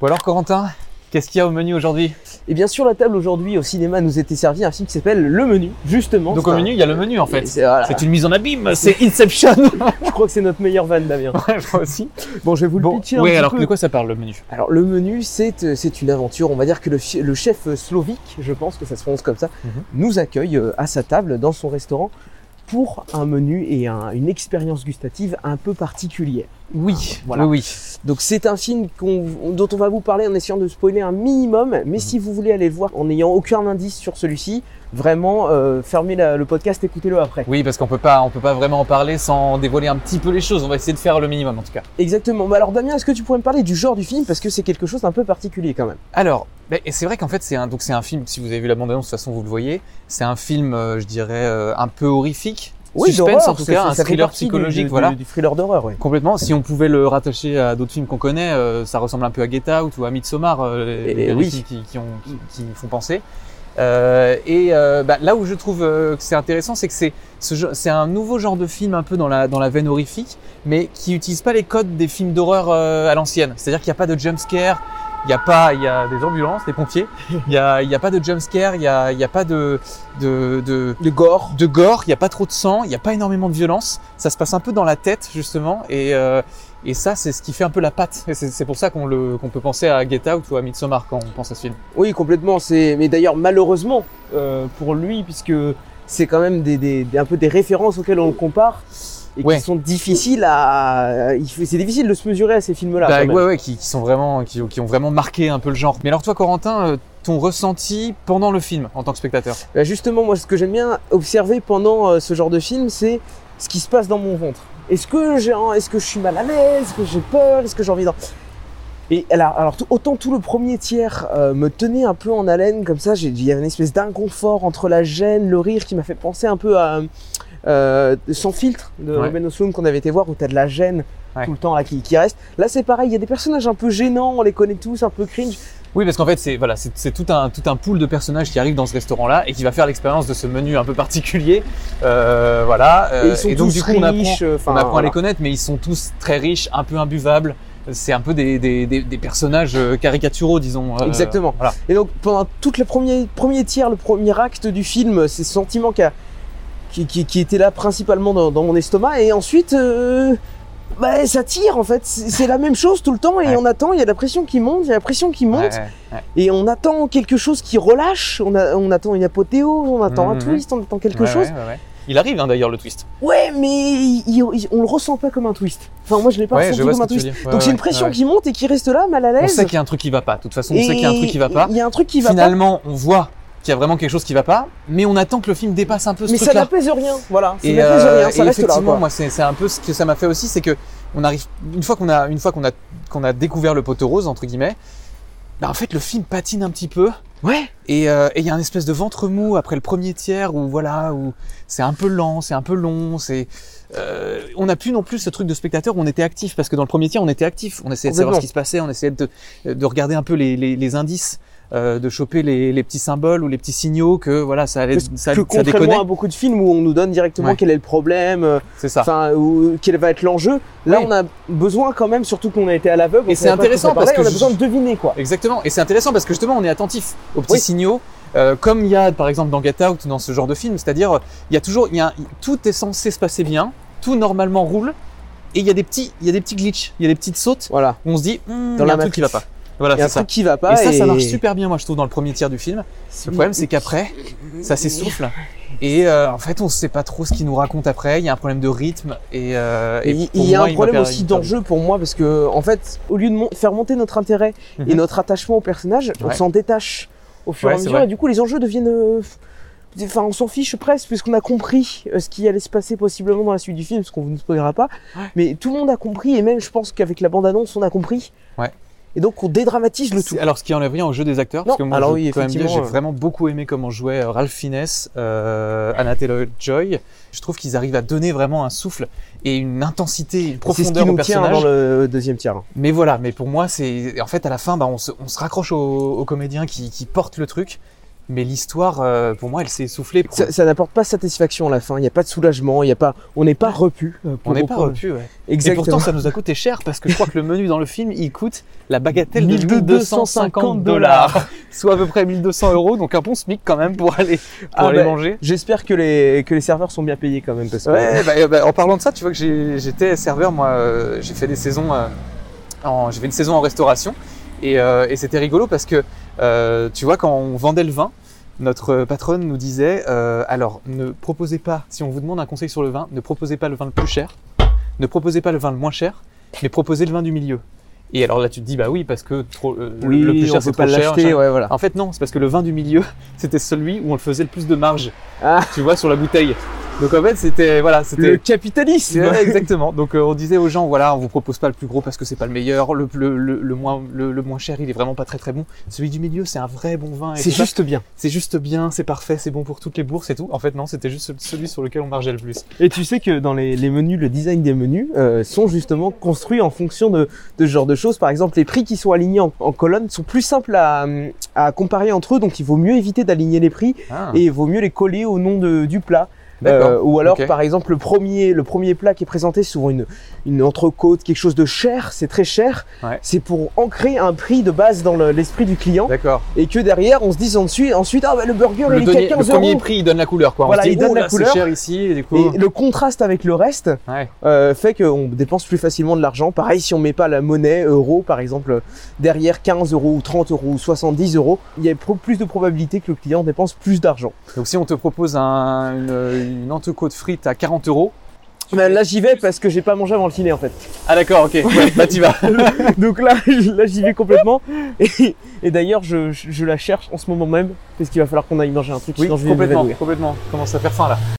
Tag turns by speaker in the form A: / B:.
A: Bon alors Corentin, qu'est-ce qu'il y a au menu aujourd'hui
B: Et bien sur la table aujourd'hui au cinéma nous était servi un film qui s'appelle Le Menu, justement.
A: Donc
B: C'est
A: au
B: un-
A: menu, il y a le menu en fait.
B: C'est- voilà.
A: C'est une mise en abîme, c'est Inception
B: Je crois que c'est notre meilleur van, Damien.
A: Ouais, moi aussi.
B: Bon, je vais vous le
A: Bon,
B: pitcher un
A: ouais,
B: petit
A: alors
B: peu.
A: de quoi ça parle le menu
B: Alors le menu, c'est euh, c'est une aventure. On va dire que le, fi- le chef euh, slovique, je pense que ça se prononce comme ça,
A: Mhm.
B: nous accueille euh, à sa table dans son restaurant pour un menu et un- une expérience gustative un peu particulière.
A: Oui,
B: voilà.
A: oui, oui.
B: Donc c'est un film qu'on- dont on va vous parler en essayant de spoiler un minimum, mais si vous voulez aller le voir en n'ayant aucun indice sur celui-ci, vraiment euh, fermez la- le podcast, écoutez-le après.
A: Oui, parce qu'on peut pas, on peut pas vraiment en parler sans dévoiler un petit peu les choses. On va essayer de faire le minimum en tout cas.
B: Exactement. Bah alors Damien, est-ce que tu pourrais me parler du genre du film parce que c'est quelque chose d'un peu particulier quand même.
A: Alors, ben, et c'est vrai qu'en fait, c'est un, donc c'est un film. Si vous avez vu la bande-annonce, de toute façon, vous le voyez. C'est un film, euh, je dirais, euh, un peu horrifique. suspense
B: d'horreur,
A: en tout
B: ça-
A: cas,
B: ça
A: un
B: fait
A: thriller
B: partie du-
A: psychologique,
B: du-
A: voilà.
B: Du thriller d'horreur, oui.
A: Complètement. Si on pouvait le rattacher à d'autres films qu'on connaît, euh, ça ressemble un peu à Get Out ou à Midsommar, euh, les,
B: Eh
A: les
B: oui.
A: films qui, qui ont, qui, qui font penser. Euh, et euh, bah, là où je trouve euh, que c'est intéressant, c'est que c'est ce genre- c'est un nouveau genre de film un peu dans la dans la veine horrifique, mais qui utilise pas les codes des films d'horreur euh, à l'ancienne. C'est-à-dire qu'il n'y a pas de jump scare, il y a pas, il y a des ambulances, des pompiers, il y a il y a pas de jump scare, il y a il y a pas de de, de
B: Le gore.
A: de gore, il n'y a pas trop de sang, il n'y a pas énormément de violence, ça se passe un peu dans la tête justement, et, euh, et ça c'est ce qui fait un peu la patte. Et C'est c'est pour ça qu'on le- qu'on peut penser à Get Out ou à Midsommar quand on pense à ce film.
B: Oui, complètement. C'est, mais d'ailleurs malheureusement euh, pour lui, puisque c'est quand même des, des- des- un peu des références auxquelles on le compare et
A: Ouais.
B: qui sont difficiles à. il faut- C'est difficile de se mesurer à ces films-là.
A: Bah,
B: quand même.
A: ouais, ouais, qui, qui sont vraiment, qui, qui ont vraiment marqué un peu le genre. Mais alors toi Corentin, euh, ton ressenti pendant le film en tant que spectateur
B: Bah, justement, moi, ce que j'aime bien observer pendant euh, ce genre de film, c'est ce qui se passe dans mon ventre. Est-ce que j'ai, un- est-ce que je suis mal à l'aise Est-ce que j'ai peur Est-ce que j'ai envie d'en Et alors, alors tout- autant tout le premier tiers euh, me tenait un peu en haleine comme ça, j'ai- il y avait une espèce d'inconfort entre la gêne, le rire qui m'a fait penser un peu à euh, Sans filtre de
A: Ouais.
B: Ruben Östlund qu'on avait été voir où t'as de la gêne
A: Ouais.
B: tout le temps là qui, qui reste. Là c'est pareil, il y a des personnages un peu gênants, on les connaît tous, un peu cringe.
A: Oui, parce qu'en fait, c'est voilà, c'est c'est tout un tout un pool de personnages qui arrivent dans ce restaurant-là et qui va faire l'expérience de ce menu un peu particulier. Euh, voilà.
B: et
A: euh,
B: ils sont tous
A: donc du coup, on apprend,
B: riches, euh, enfin,
A: on apprend
B: voilà.
A: à les connaître, mais ils sont tous très riches, un peu imbuvables. C'est un peu des, des, des, des personnages euh, caricaturaux, disons. euh,
B: Exactement.
A: voilà.
B: Et donc pendant tout le premier, premier tiers, le premier acte du film, c'est ce sentiment qui, a- qui, qui- qui était là principalement dans, dans mon estomac. Et ensuite, euh, bah, ça tire en fait. C'est c'est la même chose tout le temps et
A: Ouais.
B: on attend, il y a la pression qui monte, il y a la pression qui monte.
A: Ouais, ouais.
B: Et on attend quelque chose qui relâche, on, a- on attend une apothéose, on attend un
A: Mhm.
B: twist, on attend quelque
A: Ouais,
B: chose.
A: ouais, ouais, ouais. Il arrive hein, d'ailleurs le twist.
B: Ouais, mais il- il- on le ressent pas comme un twist. Enfin moi je l'ai pas ressenti comme un twist.
A: veux dire. Ouais,
B: Donc c'est
A: ouais,
B: une pression
A: ouais.
B: qui monte et qui reste là, mal à
A: On
B: l'aise.
A: sait qu'il y a un truc qui va pas. De toute façon, on sait qu'il y a un truc qui va pas.
B: Il y a un truc qui va pas.
A: Finalement, on voit qu'il y a vraiment quelque chose qui va pas, mais on attend que le film dépasse un peu ce
B: Mais ça
A: truc-là.
B: n'apaise rien, voilà. Ça
A: Et,
B: n'apaise
A: euh,
B: rien, ça
A: et
B: reste là.
A: effectivement,
B: quoi.
A: moi, c'est c'est un peu ce que ça m'a fait aussi, c'est que on arrive une fois qu'on a une fois qu'on a qu'on a découvert le poteau rose entre guillemets, bah, en fait le film patine un petit peu.
B: Ouais.
A: Et euh, et il y a un espèce de ventre mou après le premier tiers où voilà où c'est un peu lent, c'est un peu long, c'est euh, on n'a plus non plus ce truc de spectateur où on était actif parce que dans le premier tiers on était actif, on essayait de savoir ce
B: Complètement.
A: qui se passait, on essayait de de regarder un peu les les, les indices, euh, de choper les, les petits symboles ou les petits signaux que voilà ça allait
B: que,
A: ça,
B: que
A: ça
B: contrairement
A: déconnait,
B: à beaucoup de films où on nous donne directement
A: Ouais.
B: quel est le problème, euh,
A: c'est ça.
B: enfin ou quel va être l'enjeu, là
A: Oui.
B: on a besoin quand même, surtout qu'on a été à l'aveugle.
A: Et
B: on
A: c'est
B: savait pas
A: intéressant
B: ce qu'on
A: parce que
B: parlait, on a
A: je-
B: besoin de deviner quoi.
A: Exactement. Et c'est intéressant parce que justement, on est attentif aux petits
B: Oui.
A: signaux, euh, comme il y a par exemple dans Get Out, dans ce genre de film. C'est-à-dire, euh, il y a toujours, il y a, un- tout est censé se passer bien, tout normalement roule, et il y a des petits, il y a des petits glitches, il y a des petites sautes
B: Voilà.
A: où on se dit, Hmm,
B: Dans
A: il y a
B: la
A: un truc qui va pas. Voilà,
B: Il y a un
A: Ah, c'est ça.
B: truc qui va pas.
A: Et ça, ça marche super bien, moi, je trouve, dans le premier tiers du film. Le problème, c'est qu'après, ça s'essouffle. Et euh, en fait, on ne sait pas trop ce qu'il nous raconte après. Il y a un problème de rythme. Et, euh, et
B: Et
A: pour
B: il y a
A: moi,
B: un
A: m'a
B: problème
A: perdu-
B: aussi d'enjeu pour moi parce que en fait, au lieu de mon- faire monter notre intérêt et
A: Mhm.
B: notre attachement au personnage, on
A: Ouais.
B: s'en détache au fur
A: Ouais,
B: et à
A: c'est
B: mesure
A: vrai.
B: et du coup les enjeux deviennent euh, f- Enfin, on s'en fiche presque puisqu'on a compris euh, ce qui allait se passer possiblement dans la suite du film, ce qu'on ne spoilera pas.
A: Ouais.
B: Mais tout le monde a compris et même je pense qu'avec la bande-annonce, on a compris.
A: Ouais.
B: Et donc on dédramatise le
A: C'est-
B: tout.
A: Alors, ce qui enlève rien au jeu des acteurs,
B: Non,
A: parce que moi,
B: alors
A: je
B: oui,
A: peux quand même dire, j'ai
B: effectivement, euh.
A: vraiment beaucoup aimé comment jouait euh, Ralph Fiennes, euh, Anna Taylor-Joy. Je trouve qu'ils arrivent à donner vraiment un souffle et une intensité, une
B: C'est ce
A: profondeur
B: qui
A: au
B: nous tient
A: personnage.
B: dans le euh, deuxième tiers. hein.
A: Mais voilà, mais pour moi, c'est en fait à la fin, bah, on, se, on se raccroche au, au comédien qui, qui porte le truc. mais l'histoire, euh, pour moi, elle s'est essoufflée.
B: Ça, ça n'apporte pas satisfaction à la fin. Il n'y a pas de soulagement. Il y a pas. On n'est pas repu. euh, pour
A: on
B: euh,
A: n'est pas
B: reprendre-
A: repu, ouais. Et
B: Exactement.
A: pourtant, ça nous a coûté cher parce que je crois que le menu dans le film, il coûte la bagatelle de
B: 1250
A: 1250 dollars, soit à peu près 1200 euros, donc un bon SMIC quand même pour aller, pour
B: Ah
A: aller
B: bah,
A: manger.
B: J'espère que les que les serveurs sont bien payés quand même parce que.
A: Ouais, bah, bah, en parlant de ça, tu vois que j'ai- j'étais serveur, moi, euh, j'ai fait des saisons, euh, en- j'ai fait une saison en restauration, et, euh, et c'était rigolo parce que, euh, tu vois, quand on vendait le vin, notre patronne nous disait, euh, alors, ne proposez pas, si on vous demande un conseil sur le vin, ne proposez pas le vin le plus cher, ne proposez pas le vin le moins cher, mais proposez le vin du milieu. Et alors là, tu te dis, bah oui, parce que trop, euh,
B: Oui,
A: le plus
B: on
A: cher,
B: peut
A: c'est
B: pas
A: trop cher.
B: l'acheter.
A: machin.
B: Ouais, voilà.
A: En fait, non, c'est parce que le vin du milieu, c'était celui où on le faisait le plus de marge,
B: Ah.
A: tu vois, sur la bouteille. Donc en fait, c'était voilà,
B: Le
A: c'était
B: capitalisme.
A: Ouais, exactement. Donc euh, on disait aux gens, voilà, on vous propose pas le plus gros parce que c'est pas le meilleur, le, le, le, le moins le, le moins cher, il est vraiment pas très très bon. Celui du milieu, c'est un vrai bon vin. et
B: C'est
A: tout ça.
B: juste bien.
A: c'est juste bien, c'est parfait, c'est bon pour toutes les bourses et tout. En fait, non, c'était juste celui sur lequel on margeait le plus.
B: Et tu sais que dans les, les menus, le design des menus euh, sont justement construits en fonction de, de ce genre de choses. Par exemple, les prix qui sont alignés en, en colonne sont plus simples à, hum, à comparer entre eux, donc il vaut mieux éviter d'aligner les prix
A: Ah,
B: et il vaut mieux les coller au nom de, du plat.
A: d'accord.
B: Euh, ou alors,
A: Ok.
B: par exemple, le premier, le premier plat qui est présenté, c'est souvent une, une entrecôte, quelque chose de cher, c'est très cher.
A: Ouais.
B: C'est pour ancrer un prix de base dans le- l'esprit du client
A: D'accord.
B: et que derrière, on se dise ensuite, ensuite ah bah, le burger,
A: Le,
B: il est
A: denier-
B: qu'à
A: le
B: 15
A: premier
B: euros.
A: prix, il donne la couleur, quoi.
B: Voilà,
A: on se dit,
B: il donne
A: oh,
B: la
A: là,
B: couleur.
A: C'est cher ici, et du coup.
B: Et le contraste avec le reste,
A: Ouais.
B: euh, fait qu'on dépense plus facilement de l'argent. Pareil, si on met pas la monnaie, euro par exemple, euh, derrière 15 euros ou 30 euros ou 70 euros, il y a pro- plus de probabilité que le client dépense plus d'argent.
A: Donc si on te propose un, une, une entrecôte frite à 40 euros.
B: Ben là, j'y vais parce que j'ai pas mangé avant le dîner en fait.
A: Ah d'accord, ok. Ouais, bah t'y vas.
B: Donc là, là j'y vais complètement. Et, et d'ailleurs, je, je- je la cherche en ce moment même parce qu'il va falloir qu'on aille manger un truc,
A: Oui,
B: sinon je vais me
A: complètement,
B: réveiller.
A: complètement. Commence à faire faim là.